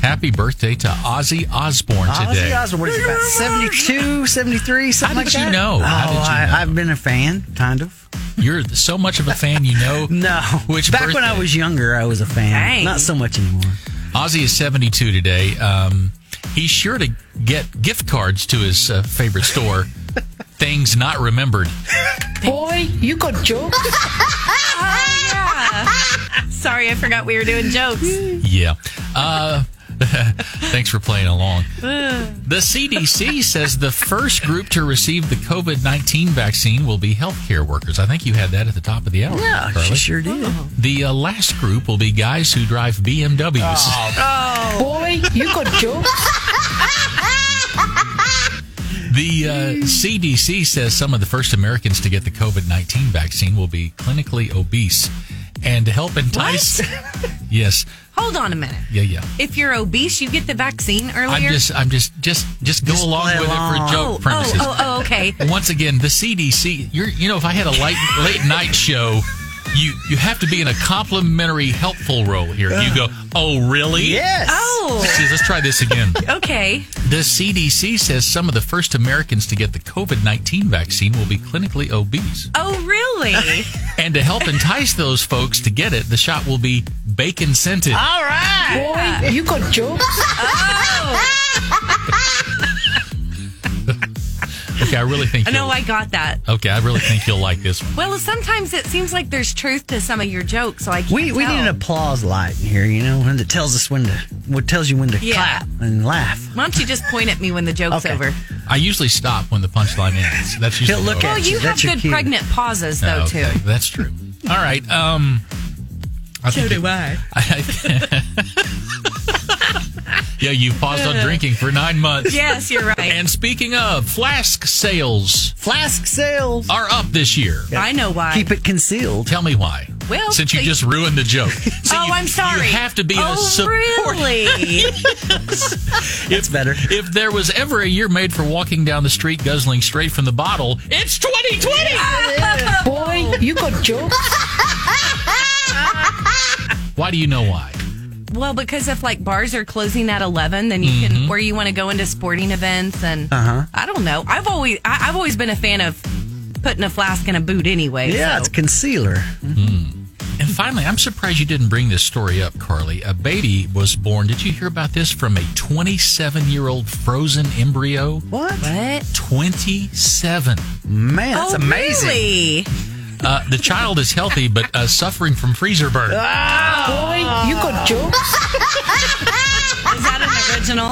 Happy birthday to Ozzy Osbourne today. Ozzy Osbourne, what is it, about 72, 73, something How did like you that? know? Oh, How did you I, know? I've been a fan, kind of. You're so much of a fan, you know. No. Which Back when birthday? I was younger, I was a fan. Dang. Not so much anymore. Ozzy is 72 today. Um, he's sure to get gift cards to his uh, favorite store. Things not remembered. Boy, you got jokes. Sorry, I forgot we were doing jokes. Yeah. Uh, thanks for playing along. The CDC says the first group to receive the COVID 19 vaccine will be healthcare workers. I think you had that at the top of the hour. Yeah, Oh, she Carly. sure did. Oh, The uh, last group will be guys who drive BMWs. Oh, Boy, you got jokes. The uh, CDC says some of the first Americans to get the COVID 19 vaccine will be clinically obese. And to help entice. yes. Hold on a minute. Yeah, yeah. If you're obese, you get the vaccine earlier. I'm just, I'm just, just, just go Just along play with it along. for oh, joke premises. oh, oh, oh, okay. Once again, the CDC, you're, you know, if I had a late, late night show, you, you have to be in a complimentary, helpful role here. You go, oh, really? Yes. Oh, See, let's try this again. okay. The CDC says some of the first Americans to get the COVID 19 vaccine will be clinically obese. Oh, really? And to help entice those folks to get it, the shot will be bacon scented. Ah. All right. Boy, you got jokes. Okay, I really think. I know you'll- I got that. Okay, I really think you'll like this one. Well, sometimes it seems like there's truth to some of your jokes, so I can't We, we tell. need an applause light in here, you know, one that tells us when to, what tells you when to Yeah. clap and laugh. Why don't you just point at me when the joke's Okay. over? I usually stop when the punchline ends. That's usually. He'll look what I at do. Well, That's- you have that's your good cue. pregnant pauses, though, Okay, too. That's true. All right. Um, I think you- I. yeah, you paused Uh, on drinking for nine months. Yes, you're right. And speaking of, flask sales Flask sales. are up this year. I know why. Keep it concealed. Tell me why. Well, since you they- just ruined the joke. See, oh, you- I'm sorry. You have to be oh, a support. really? It's better. If there was ever a year made for walking down the street guzzling straight from the bottle, it's 2020. Ah! Boy, you got jokes. Why do you know why? well, because if like bars are closing at 11, then you Mm-hmm. can where you want to go into sporting events and Uh-huh. I don't know. I've always I, I've always been a fan of putting a flask in a boot anyway. Yeah, so- it's concealer. And finally, I'm surprised you didn't bring this story up, Carly. A baby was born. Did you hear about this from a 27 year old frozen embryo? What? what? 27. Man, that's oh, amazing. Really? Uh, the child is healthy, but uh, suffering from freezer burn. Boy, you got jokes. Is that an original?